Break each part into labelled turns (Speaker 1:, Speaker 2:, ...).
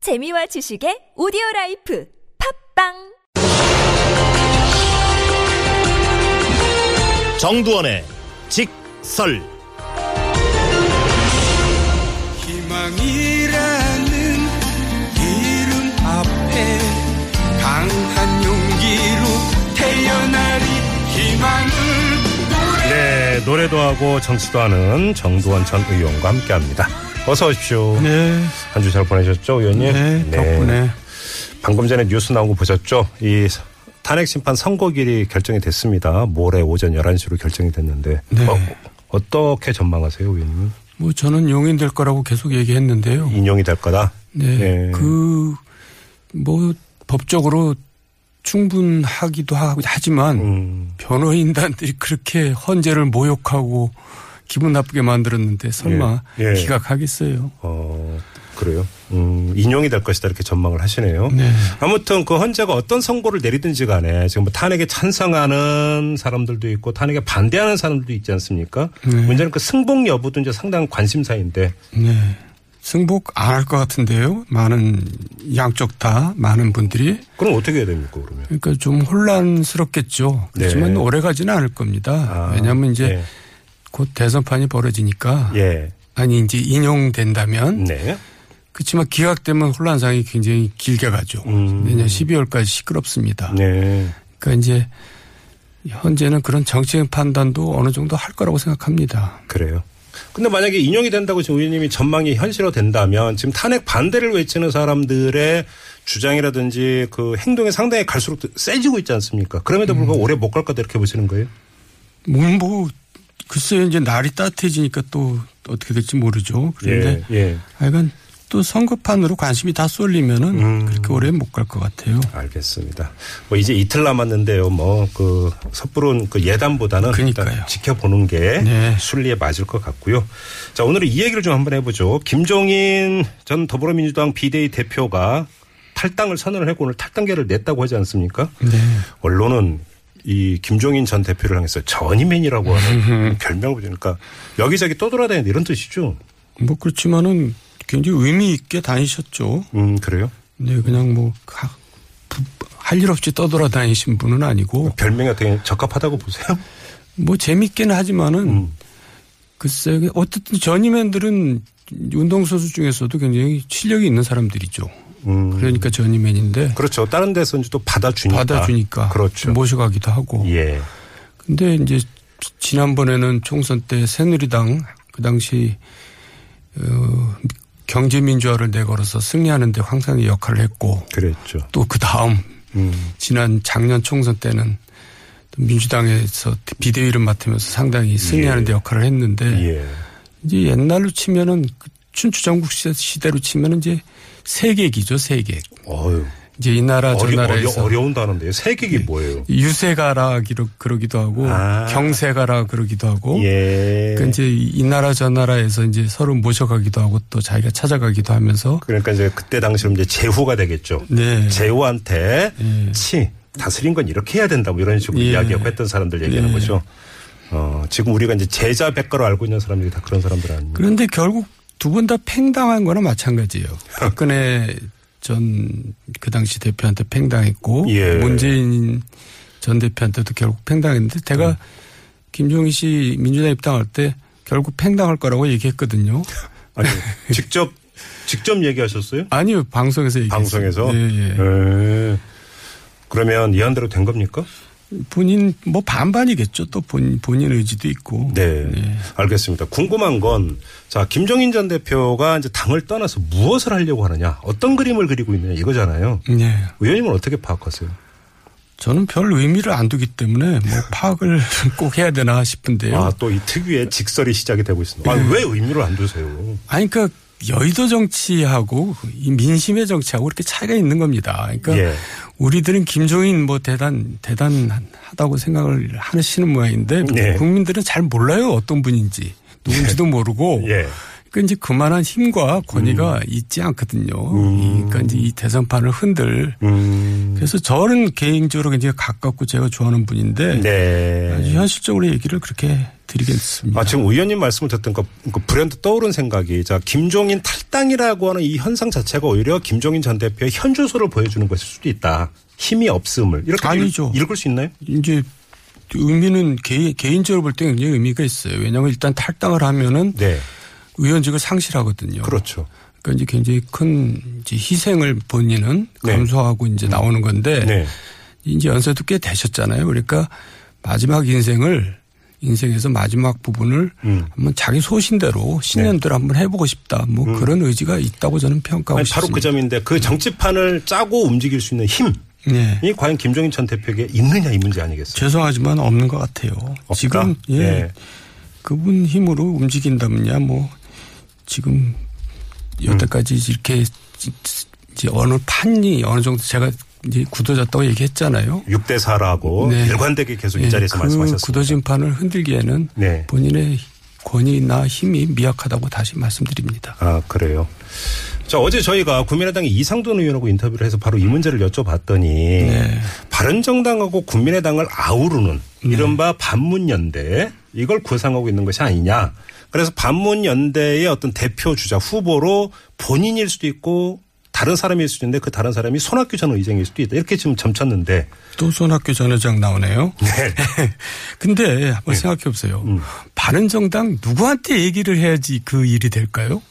Speaker 1: 재미와 지식의 오디오 라이프 팝빵
Speaker 2: 정두원의 직설
Speaker 3: 희망이라는 이름 앞에 강한 용기로 태어나리 희망을
Speaker 4: 네, 노래도 하고 정치도 하는 정두원 전 의원과 함께합니다. 어서 오십시오.
Speaker 5: 네,
Speaker 4: 한 주 잘 보내셨죠, 의원님?
Speaker 5: 네, 덕분에
Speaker 4: 방금 전에 뉴스 나온 거 보셨죠? 이 탄핵 심판 선고일이 결정이 됐습니다. 모레 오전 11시로 결정이 됐는데
Speaker 5: 네.
Speaker 4: 어, 떻게 전망하세요, 의원님은?
Speaker 5: 뭐 저는 용인될 거라고 계속 얘기했는데요.
Speaker 4: 인용이 될 거다.
Speaker 5: 네,
Speaker 4: 네.
Speaker 5: 그 뭐 법적으로 충분하기도 하- 하지만
Speaker 4: 음,
Speaker 5: 변호인단들이 그렇게 헌재를 모욕하고 기분 나쁘게 만들었는데 설마
Speaker 4: 예, 예.
Speaker 5: 기각하겠어요?
Speaker 4: 어, 그래요. 음, 인용이 될 것이다 이렇게 전망을 하시네요.
Speaker 5: 네.
Speaker 4: 아무튼 그 헌재가 어떤 선고를 내리든지 간에 지금 뭐 탄핵에 찬성하는 사람들도 있고 탄핵에 반대하는 사람들도 있지 않습니까?
Speaker 5: 네.
Speaker 4: 문제는 그 승복 여부도 이제 상당한 관심사인데
Speaker 5: 네. 승복 안 할 것 같은데요. 많은 양쪽 다 많은 분들이
Speaker 4: 그럼 어떻게 해야 됩니까 그러면?
Speaker 5: 그러니까 좀 혼란스럽겠죠. 그렇지만
Speaker 4: 네.
Speaker 5: 오래 가지는 않을 겁니다.
Speaker 4: 아,
Speaker 5: 왜냐하면 이제
Speaker 4: 예.
Speaker 5: 곧 대선판이 벌어지니까
Speaker 4: 예.
Speaker 5: 아니 이제 인용된다면
Speaker 4: 네.
Speaker 5: 그렇지만 기각되면 혼란상이 굉장히 길게 가죠.
Speaker 4: 음.
Speaker 5: 내년 12월까지 시끄럽습니다.
Speaker 4: 네.
Speaker 5: 그러니까 이제 현재는 그런 정치적 판단도 어느 정도 할 거라고 생각합니다.
Speaker 4: 그래요. 근데 만약에 인용이 된다고 지금 의원님이 전망이 현실화 된다면 지금 탄핵 반대를 외치는 사람들의 주장이라든지 그 행동이 상당히 갈수록 세지고 있지 않습니까? 그럼에도 불구하고 오래 못 갈 거다 이렇게 보시는 거예요?
Speaker 5: 음, 뭐 글쎄요 이제 날이 따뜻해지니까 또 어떻게 될지 모르죠. 그런데
Speaker 4: 예. 예.
Speaker 5: 하여간 또 선거판으로 관심이 다 쏠리면은
Speaker 4: 음.
Speaker 5: 그렇게 오래 못 갈 것 같아요.
Speaker 4: 알겠습니다. 뭐 이제 이틀 남았는데요. 뭐 그 섣부른 그 예단보다는
Speaker 5: 그러니까요.
Speaker 4: 일단 지켜보는 게
Speaker 5: 네.
Speaker 4: 순리에 맞을 것 같고요. 자 오늘은 이 얘기를 좀 한번 해보죠. 김종인 전 더불어민주당 비대위 대표가 탈당을 선언을 했고 오늘 탈당계를 냈다고 하지 않습니까?
Speaker 5: 네.
Speaker 4: 언론은 이 김종인 전 대표를 향해서 전이맨이라고 하는 별명을 부르니까 여기저기 떠돌아다니는 이런 뜻이죠.
Speaker 5: 뭐 그렇지만은 굉장히 의미 있게 다니셨죠.
Speaker 4: 음 그래요?
Speaker 5: 네, 그냥 뭐 할 일 없이 떠돌아다니신 분은 아니고
Speaker 4: 별명이 어떻게 적합하다고 보세요?
Speaker 5: 뭐 재밌기는 하지만은
Speaker 4: 음.
Speaker 5: 글쎄 어쨌든 전이맨들은 운동선수 중에서도 굉장히 실력이 있는 사람들이죠.
Speaker 4: 음.
Speaker 5: 그러니까 전이맨인데
Speaker 4: 그렇죠. 다른 데서 이제 또 받아주니까.
Speaker 5: 받아주니까 뭐.
Speaker 4: 그렇죠.
Speaker 5: 모셔가기도 하고.
Speaker 4: 예.
Speaker 5: 근데 이제 지난번에는 총선 때 새누리당 그 당시 어, 경제민주화를 내걸어서 승리하는데 황상의 역할을 했고
Speaker 4: 그랬죠.
Speaker 5: 또 그 다음 지난 작년 총선 때는 또 민주당에서 비대위를 맡으면서 상당히 승리하는 데 역할을 했는데
Speaker 4: 예.
Speaker 5: 이제 옛날로 치면은 그 춘추전국 시- 시대로 치면은 이제 세계기죠 세계
Speaker 4: 어유.
Speaker 5: 이제 이 나라 저
Speaker 4: 어려,
Speaker 5: 나라에서
Speaker 4: 어려, 운다는데요 세격이 뭐예요?
Speaker 5: 유세가라 기록 그러기도 하고
Speaker 4: 아.
Speaker 5: 경세가라 그러기도 하고
Speaker 4: 예.
Speaker 5: 그러니까 이제 이 나라 저 나라에서 이제 서로 모셔가기도 하고 또 자기가 찾아가기도 하면서
Speaker 4: 그러니까 이제 그때 당시로 이제 제후가 되겠죠.
Speaker 5: 네.
Speaker 4: 제후한테 치 다스린 건 이렇게 해야 된다 뭐 이런 식으로
Speaker 5: 예.
Speaker 4: 이야기하고 했던 사람들 얘기하는
Speaker 5: 예.
Speaker 4: 거죠. 어, 지금 우리가 이제 제자 백가로 알고 있는 사람들이 다 그런 사람들 아닙니까?
Speaker 5: 그런데 결국 두 번 다 팽당한 거나 마찬가지예요. 박근혜 전 그 당시 대표한테 팽당했고
Speaker 4: 예.
Speaker 5: 문재인 전 대표한테도 결국 팽당했는데 제가
Speaker 4: 음.
Speaker 5: 김종희 씨 민주당 입당할 때 결국 팽당할 거라고 얘기했거든요.
Speaker 4: 아니, 직접, 직접 얘기하셨어요?
Speaker 5: 아니요 방송에서 얘기했어요.
Speaker 4: 방송에서?
Speaker 5: 예, 예.
Speaker 4: 예. 그러면 예한대로 된 겁니까?
Speaker 5: 본인 뭐 반반이겠죠. 또 본, 본인 의지도 있고.
Speaker 4: 네. 알겠습니다. 궁금한 건, 자, 김종인 전 대표가 이제 당을 떠나서 무엇을 하려고 하느냐, 어떤 그림을 그리고 있느냐, 이거잖아요.
Speaker 5: 네.
Speaker 4: 의원님은 어떻게 파악하세요?
Speaker 5: 저는 별 의미를 안 두기 때문에 뭐 파악을 꼭 해야 되나 싶은데요.
Speaker 4: 아, 또 이 특유의 직설이 시작이 되고 있습니다. 아, 왜 의미를 안 두세요?
Speaker 5: 아니, 그러니까 여의도 정치하고 이 민심의 정치하고 이렇게 차이가 있는 겁니다. 그러니까
Speaker 4: 예.
Speaker 5: 우리들은 김종인 뭐 대단 대단하다고 생각을 하시는 모양인데
Speaker 4: 예.
Speaker 5: 국민들은 잘 몰라요 어떤 분인지 누군지도 모르고.
Speaker 4: 예. 음.
Speaker 5: 그러니까 이제 그만한 힘과 권위가 있지 않거든요. 그러니까 이제 이 대선판을 흔들.
Speaker 4: 음.
Speaker 5: 그래서 저는 개인적으로 굉장히 가깝고 제가 좋아하는 분인데
Speaker 4: 네.
Speaker 5: 아주 현실적으로 얘기를 그렇게 드리겠습니다.
Speaker 4: 아, 지금 의원님 말씀을 듣던 그, 그 브랜드 떠오른 생각이 자 김종인 탈당이라고 하는 이 현상 자체가 오히려 김종인 전 대표의 현주소를 보여주는 것일 수도 있다. 힘이 없음을 이렇게
Speaker 5: 아니죠.
Speaker 4: 읽- 읽을 수 있나요?
Speaker 5: 이제 의미는 개인, 개인적으로 볼 때 굉장히 의미가 있어요. 왜냐하면 일단 탈당을 하면은
Speaker 4: 네,
Speaker 5: 의원직을 상실하거든요.
Speaker 4: 그렇죠.
Speaker 5: 그러니까 이제 굉장히 큰 이제 희생을 본인은
Speaker 4: 네.
Speaker 5: 감수하고 이제 나오는 건데
Speaker 4: 네.
Speaker 5: 이제 연세도 꽤 되셨잖아요. 그러니까 마지막 인생을 인생에서 마지막 부분을
Speaker 4: 음.
Speaker 5: 한번 자기 소신대로 신년대로 한번 해보고 싶다. 뭐 그런 의지가 있다고 저는
Speaker 4: 네. 음.
Speaker 5: 평가하고
Speaker 4: 아니, 바로
Speaker 5: 싶습니다.
Speaker 4: 그 점인데 그 정치판을 짜고 움직일 수 있는 힘이
Speaker 5: 네.
Speaker 4: 과연 김종인 전 대표에게 있느냐 이 문제 아니겠어요?
Speaker 5: 죄송하지만 없는 것 같아요.
Speaker 4: 없다?
Speaker 5: 지금 예,
Speaker 4: 예.
Speaker 5: 그분 힘으로 움직인다면야 뭐 지금 여태까지 이렇게 이제 어느 판이 어느 정도 제가 이제 굳어졌다고 얘기했잖아요.
Speaker 4: 6대 4라고
Speaker 5: 네.
Speaker 4: 일관되게 계속
Speaker 5: 예,
Speaker 4: 이 자리에서
Speaker 5: 그
Speaker 4: 말씀하셨습니다.
Speaker 5: 굳어진 판을 흔들기에는
Speaker 4: 네.
Speaker 5: 본인의 권위나 힘이 미약하다고 다시 말씀드립니다.
Speaker 4: 아 그래요. 자 어제 저희가 국민의당의 이상돈 의원하고 인터뷰를 해서 바로 이 문제를 여쭤봤더니 바른정당하고 국민의당을 아우르는 이른바 반문연대 이걸 구상하고 있는 것이 아니냐. 그래서 반문연대의 어떤 대표 주자 후보로 본인일 수도 있고 다른 사람일 수도 있는데 그 다른 사람이 손학규 전 의장일 수도 있다. 이렇게 지금 점쳤는데
Speaker 5: 또 손학규 전 회장 나오네요. 근데
Speaker 4: 네.
Speaker 5: 한번 생각해 보세요.
Speaker 4: 음.
Speaker 5: 바른 정당 누구한테 얘기를 해야지 그 일이 될까요?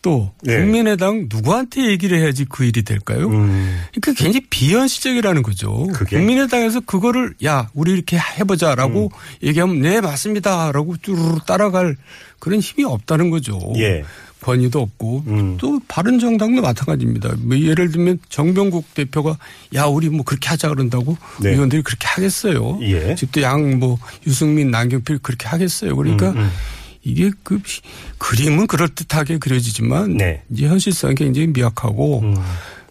Speaker 5: 또
Speaker 4: 네.
Speaker 5: 국민의당 누구한테 얘기를 해야지 그 일이 될까요? 그러니까 굉장히 비현실적이라는 거죠.
Speaker 4: 음. 그게?
Speaker 5: 국민의당에서 그거를 야 우리 이렇게 해보자라고
Speaker 4: 음.
Speaker 5: 얘기하면 네 맞습니다라고 쭈르르 따라갈 그런 힘이 없다는 거죠.
Speaker 4: 예.
Speaker 5: 권위도 없고
Speaker 4: 음.
Speaker 5: 또 바른 정당도 마찬가지입니다. 뭐 예를 들면 정병국 대표가 야 우리 뭐 그렇게 하자 그런다고
Speaker 4: 네.
Speaker 5: 의원들이 그렇게 하겠어요.
Speaker 4: 예.
Speaker 5: 집도 양 뭐 유승민 남경필 그렇게 하겠어요. 그러니까
Speaker 4: 음,
Speaker 5: 이게 그 시- 그림은 그럴 듯하게 그려지지만
Speaker 4: 네. 음.
Speaker 5: 이제 현실성이 굉장히 미약하고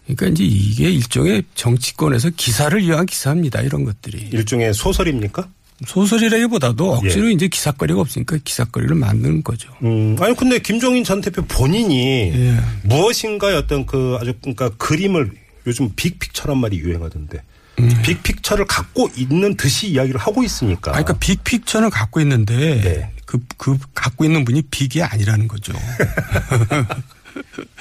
Speaker 5: 그러니까 이제 이게 일종의 정치권에서 기사를 위한 기사입니다. 이런 것들이
Speaker 4: 일종의 소설입니까?
Speaker 5: 소설이라기보다도
Speaker 4: 예.
Speaker 5: 억지로 이제 기사거리가 없으니까 기사거리를 만드는 거죠.
Speaker 4: 음, 아니 근데 김종인 전 대표 본인이
Speaker 5: 예.
Speaker 4: 무엇인가의 어떤 그 아주 그러니까 그림을 요즘 빅픽처란 말이 유행하던데
Speaker 5: 음.
Speaker 4: 빅픽처를 갖고 있는 듯이 이야기를 하고 있으니까.
Speaker 5: 아, 그러니까 빅픽처는 갖고 있는데
Speaker 4: 네.
Speaker 5: 그, 그 갖고 있는 분이 빅이 아니라는 거죠.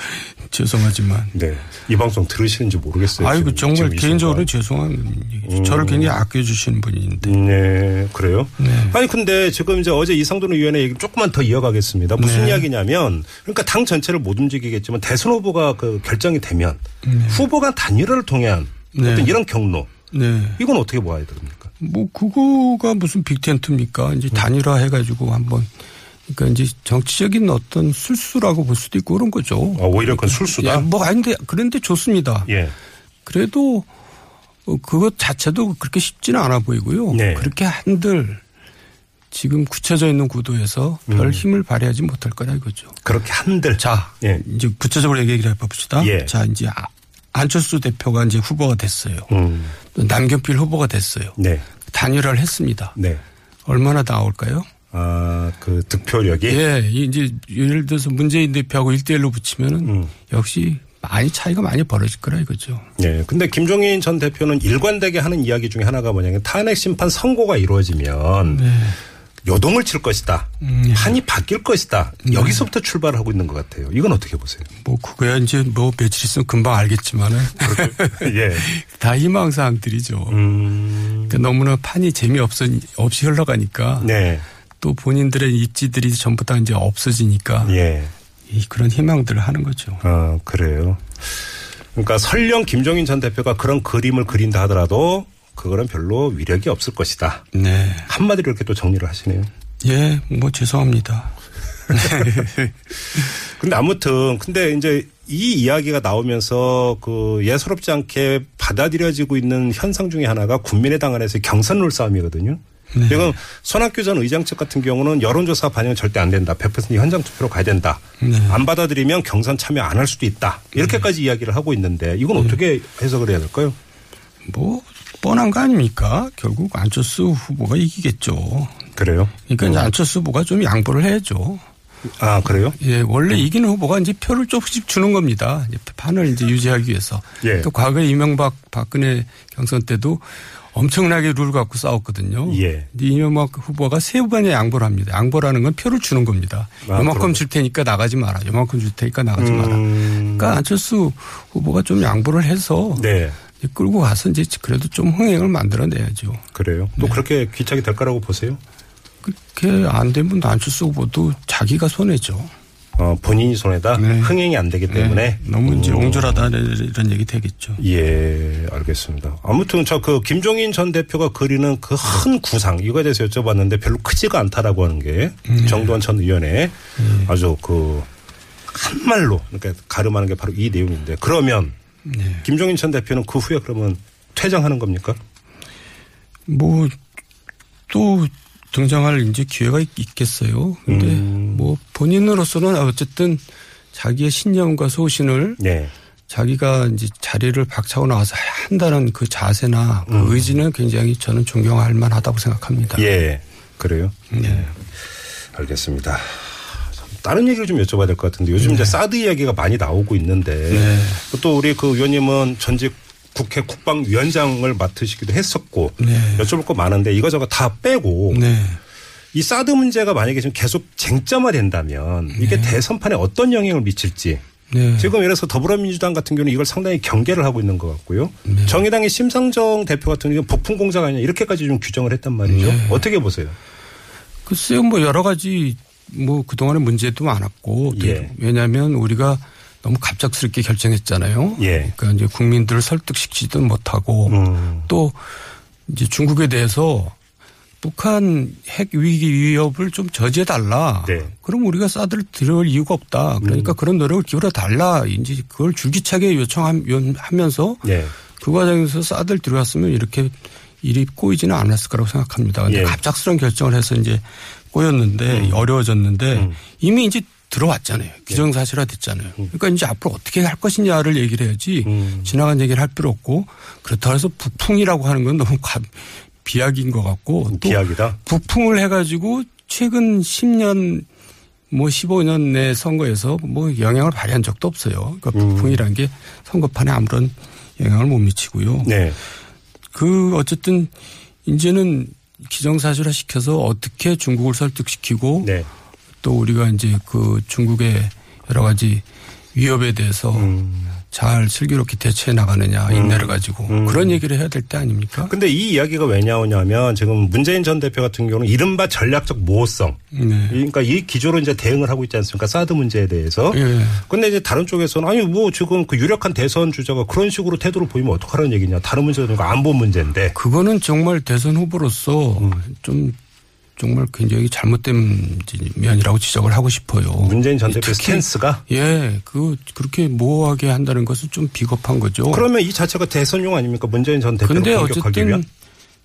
Speaker 5: 죄송하지만.
Speaker 4: 네. 이 방송 들으시는지 모르겠어요.
Speaker 5: 아이고
Speaker 4: 네, 지금, 음.
Speaker 5: 정말
Speaker 4: 지금 이
Speaker 5: 개인적으로
Speaker 4: 순간.
Speaker 5: 죄송한 얘기죠. 저를 굉장히 아껴주시는 분인데
Speaker 4: 네, 그래요? 아니, 근데 지금 이제 어제 이상돈 의원의 얘기 조금만 더 이어가겠습니다.
Speaker 5: 네.
Speaker 4: 무슨 이야기냐면, 그러니까 당 전체를 못 움직이겠지만 대선 후보가 그 결정이 되면 후보가 단일화를 통한
Speaker 5: 네.
Speaker 4: 어떤 이런 경로,
Speaker 5: 네.
Speaker 4: 이건 어떻게 봐야 됩니까?
Speaker 5: 뭐 그거가 무슨 빅텐트입니까?
Speaker 4: 음.
Speaker 5: 이제 단일화 해가지고 한번 그러니까 이제 정치적인 어떤 술수라고 볼 수도 있고 그런 거죠.
Speaker 4: 아, 오히려 그건 술수다?
Speaker 5: 야, 뭐 아닌데 그런데 좋습니다.
Speaker 4: 예.
Speaker 5: 그래도 어, 그것 자체도 그렇게 쉽지는 않아 보이고요.
Speaker 4: 네.
Speaker 5: 그렇게 한들 지금 굳혀져 있는 구도에서 별
Speaker 4: 음.
Speaker 5: 힘을 발휘하지 못할 거라 이거죠.
Speaker 4: 그렇게 한들.
Speaker 5: 자,
Speaker 4: 예.
Speaker 5: 이제 구체적으로 얘기를 해봅시다.
Speaker 4: 예.
Speaker 5: 자, 이제 아- 안철수 대표가 이제 후보가 됐어요.
Speaker 4: 음.
Speaker 5: 또 남경필 후보가 됐어요.
Speaker 4: 네.
Speaker 5: 단일화를 했습니다.
Speaker 4: 네.
Speaker 5: 얼마나 나올까요?
Speaker 4: 아, 그 득표력이.
Speaker 5: 예, 이- 이제 예를 들어서 문재인 대표하고 일대일로 붙이면은
Speaker 4: 음.
Speaker 5: 역시 많이 차이가 많이 벌어질 거라 이거죠.
Speaker 4: 예. 근데 김종인 전 대표는 일관되게 하는 이야기 중에 하나가 뭐냐면 탄핵 심판 선고가 이루어지면 요동을 칠 것이다. 판이 바뀔 것이다. 여기서부터 출발하고 있는 것 같아요. 이건 어떻게 보세요?
Speaker 5: 뭐 그거야 이제 뭐 며칠 있으면 금방 알겠지만은
Speaker 4: 예.
Speaker 5: 다 희망사항들이죠.
Speaker 4: 음.
Speaker 5: 그러니까 너무나 판이 재미없어 없이 흘러가니까
Speaker 4: 네.
Speaker 5: 또 본인들의 입지들이 전부 다 이제 없어지니까
Speaker 4: 예.
Speaker 5: 이 그런 희망들을 하는 거죠.
Speaker 4: 아, 그래요. 그러니까 설령 김종인 전 대표가 그런 그림을 그린다 하더라도 그거는 별로 위력이 없을 것이다.
Speaker 5: 네.
Speaker 4: 한마디로 이렇게 또 정리를 하시네요.
Speaker 5: 예, 뭐 죄송합니다. 네.
Speaker 4: 근데 아무튼 근데 이제 이 이야기가 나오면서 그 예사롭지 않게 받아들여지고 있는 현상 중에 하나가 국민의당 안에서 경선룰 싸움이거든요. 지금 손학규 전 의장 측 같은 경우는 여론조사 반영 절대 안 된다. 100% 현장 투표로 가야 된다. 안 받아들이면 경선 참여 안 할 수도 있다. 이렇게까지 이야기를 하고 있는데 이건 어떻게 해석을 해야 될까요?
Speaker 5: 뭐 뻔한 거 아닙니까? 결국 안철수 후보가 이기겠죠.
Speaker 4: 그래요.
Speaker 5: 그러니까 이제 안철수 후보가 좀 양보를 해야죠.
Speaker 4: 아 그래요?
Speaker 5: 예, 원래 이기는 후보가 이제 표를 조금씩 주는 겁니다. 이제 판을 이제 유지하기 위해서.
Speaker 4: 예.
Speaker 5: 또 과거에 이명박, 박근혜 경선 때도 엄청나게 룰 갖고 싸웠거든요.
Speaker 4: 예.
Speaker 5: 근데 이명박 후보가 세 후반에 양보를 합니다. 양보라는 건 표를 주는 겁니다.
Speaker 4: 아, 음.
Speaker 5: 요만큼
Speaker 4: 그렇군요.
Speaker 5: 줄 테니까 나가지 마라. 요만큼 줄 테니까 나가지 마라. 그러니까 안철수 후보가 좀 양보를 해서
Speaker 4: 네.
Speaker 5: 이제 끌고 가서 이제 그래도 좀 흥행을 만들어내야죠.
Speaker 4: 그래요. 또 그렇게 귀착이 될 거라고 보세요?
Speaker 5: 그렇게 안 되면 안철수 후보도 자기가 손해죠.
Speaker 4: 어, 본인이 손해다.
Speaker 5: 네.
Speaker 4: 흥행이 안 되기 때문에.
Speaker 5: 예, 너무 이제
Speaker 4: 음.
Speaker 5: 옹졸하다 이런 얘기 되겠죠.
Speaker 4: 예, 알겠습니다. 아무튼 저 그 김종인 전 대표가 그리는 그 큰 구상 이거에 대해서 여쭤봤는데 별로 크지가 않다라고 하는 게
Speaker 5: 네.
Speaker 4: 정두환 전 의원의 아주 그 한말로 그러니까 가름하는 게 바로 이 내용인데 그러면
Speaker 5: 네.
Speaker 4: 김종인 전 대표는 그 후에 그러면 퇴장하는 겁니까?
Speaker 5: 뭐 또 등장할 이제 기회가 있, 있겠어요. 근데 뭐 본인으로서는 어쨌든 자기의 신념과 소신을
Speaker 4: 네.
Speaker 5: 자기가 이제 자리를 박차고 나와서 한다는 그 자세나 그 의지는 굉장히 저는 존경할 만하다고 생각합니다. 네.
Speaker 4: 예. 그래요? 예. 알겠습니다. 다른 얘기를 좀 여쭤봐야 될 것 같은데 요즘
Speaker 5: 네.
Speaker 4: 이제 사드 이야기가 많이 나오고 있는데 또 우리 그 의원님은 전직 국회 국방위원장을 맡으시기도 했었고
Speaker 5: 네.
Speaker 4: 여쭤볼 거 많은데 이거저거 다 빼고
Speaker 5: 네.
Speaker 4: 이 사드 문제가 만약에 지금 계속 쟁점화 된다면 이게 대선판에 어떤 영향을 미칠지
Speaker 5: 네.
Speaker 4: 지금 예를 들어서 더불어민주당 같은 경우는 이걸 상당히 경계를 하고 있는 것 같고요.
Speaker 5: 네.
Speaker 4: 정의당의 심상정 대표 같은 경우는 복풍 공작 아니냐 이렇게까지 좀 규정을 했단 말이죠.
Speaker 5: 네.
Speaker 4: 어떻게 보세요?
Speaker 5: 글쎄요, 뭐 여러 가지 뭐 그동안의 문제도 많았고 또
Speaker 4: 예.
Speaker 5: 왜냐하면 우리가 너무 갑작스럽게 결정했잖아요.
Speaker 4: 예.
Speaker 5: 그러니까 이제 국민들을 설득시키지도 못하고
Speaker 4: 음.
Speaker 5: 또 이제 중국에 대해서 북한 핵 위기 위협을 좀 저지해 달라.
Speaker 4: 네. 음.
Speaker 5: 그럼 우리가 사드를 들여올 이유가 없다. 그러니까 그런 노력을 기울여 달라. 이제 그걸 줄기차게 요청하면서
Speaker 4: 예.
Speaker 5: 그 과정에서 사드를 들어갔으면 이렇게 일이 꼬이지는 않았을 거라고 생각합니다. 근데
Speaker 4: 예. 음.
Speaker 5: 갑작스러운 결정을 해서 이제 꼬였는데 어려워졌는데 이미 이제 들어왔잖아요.
Speaker 4: 예.
Speaker 5: 기정사실화 됐잖아요.
Speaker 4: 음.
Speaker 5: 그러니까 이제 앞으로 어떻게 할 것이냐를 얘기를 해야지 지나간 얘기를 할 필요 없고 그렇다고 해서 북풍이라고 하는 건 너무 과- 비약인 것 같고 또
Speaker 4: 비약이다?
Speaker 5: 북풍을 해가지고 최근 10년 뭐 15년 내 선거에서 뭐 영향을 발휘한 적도 없어요. 그러니까
Speaker 4: 음.
Speaker 5: 북풍이라는 게 선거판에 아무런 영향을 못 미치고요.
Speaker 4: 네.
Speaker 5: 그 어쨌든 이제는 기정사실화 시켜서 어떻게 중국을 설득시키고
Speaker 4: 네.
Speaker 5: 또 우리가 이제 그 중국의 여러 가지 위협에 대해서
Speaker 4: 음.
Speaker 5: 잘 슬기롭게 대처해 나가느냐 인내를 가지고 그런 얘기를 해야 될 때 아닙니까?
Speaker 4: 근데 이 이야기가 왜 나오냐면 지금 문재인 전 대표 같은 경우는 이른바 전략적 모호성.
Speaker 5: 네.
Speaker 4: 그러니까 이 기조로 이제 대응을 하고 있지 않습니까? 사드 문제에 대해서.
Speaker 5: 예.
Speaker 4: 근데 이제 다른 쪽에서는 아니 뭐 지금 그 유력한 대선 주자가 그런 식으로 태도를 보이면 어떡하라는 얘기냐. 다른 문제가 아니고 안보 문제인데.
Speaker 5: 그거는 정말 대선 후보로서
Speaker 4: 음.
Speaker 5: 좀 정말 굉장히 잘못된 면이라고 지적을 하고 싶어요.
Speaker 4: 문재인 전 대표
Speaker 5: 특히
Speaker 4: 스탠스가
Speaker 5: 예, 그 그렇게 모호하게 한다는 것은 좀 비겁한 거죠.
Speaker 4: 그러면 이 자체가 대선용 아닙니까? 문재인 전 대표를
Speaker 5: 근데
Speaker 4: 공격하기
Speaker 5: 어쨌든
Speaker 4: 위한.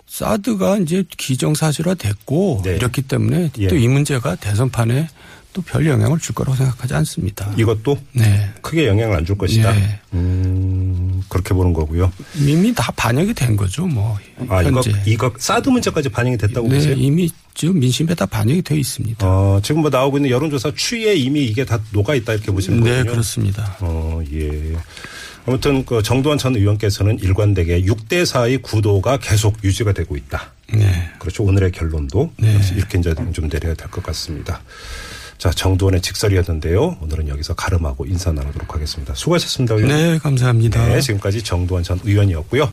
Speaker 5: 사드가 이제 기정사실화 됐고
Speaker 4: 네.
Speaker 5: 이렇기 때문에
Speaker 4: 예.
Speaker 5: 또 이 문제가 대선판에 또 별 영향을 줄 거라고 생각하지 않습니다.
Speaker 4: 이것도
Speaker 5: 네.
Speaker 4: 크게 영향을 안 줄 것이다.
Speaker 5: 예.
Speaker 4: 음, 그렇게 보는 거고요.
Speaker 5: 이미 다 반영이 된 거죠, 뭐.
Speaker 4: 아, 이거,
Speaker 5: 현재.
Speaker 4: 이거 사드 문제까지 반영이 됐다고
Speaker 5: 네,
Speaker 4: 보세요?
Speaker 5: 이미 지금 민심에 다 반영이 되어 있습니다.
Speaker 4: 어, 지금 뭐 나오고 있는 여론조사 추이에 이미 이게 다 녹아 있다 이렇게 보시는 거군요.
Speaker 5: 네, 그렇습니다.
Speaker 4: 어, 예. 아무튼 그 정두환 전 의원께서는 일관되게 6대 4의 구도가 계속 유지가 되고 있다.
Speaker 5: 네.
Speaker 4: 그렇죠. 오늘의 결론도 역시 이렇게 이제 좀 내려야 될 것 같습니다. 자, 정두원의 직설이었는데요. 오늘은 여기서 가름하고 인사 나누도록 하겠습니다. 수고하셨습니다. 의원님.
Speaker 5: 네, 감사합니다.
Speaker 4: 네, 지금까지 정두환 전 의원이었고요.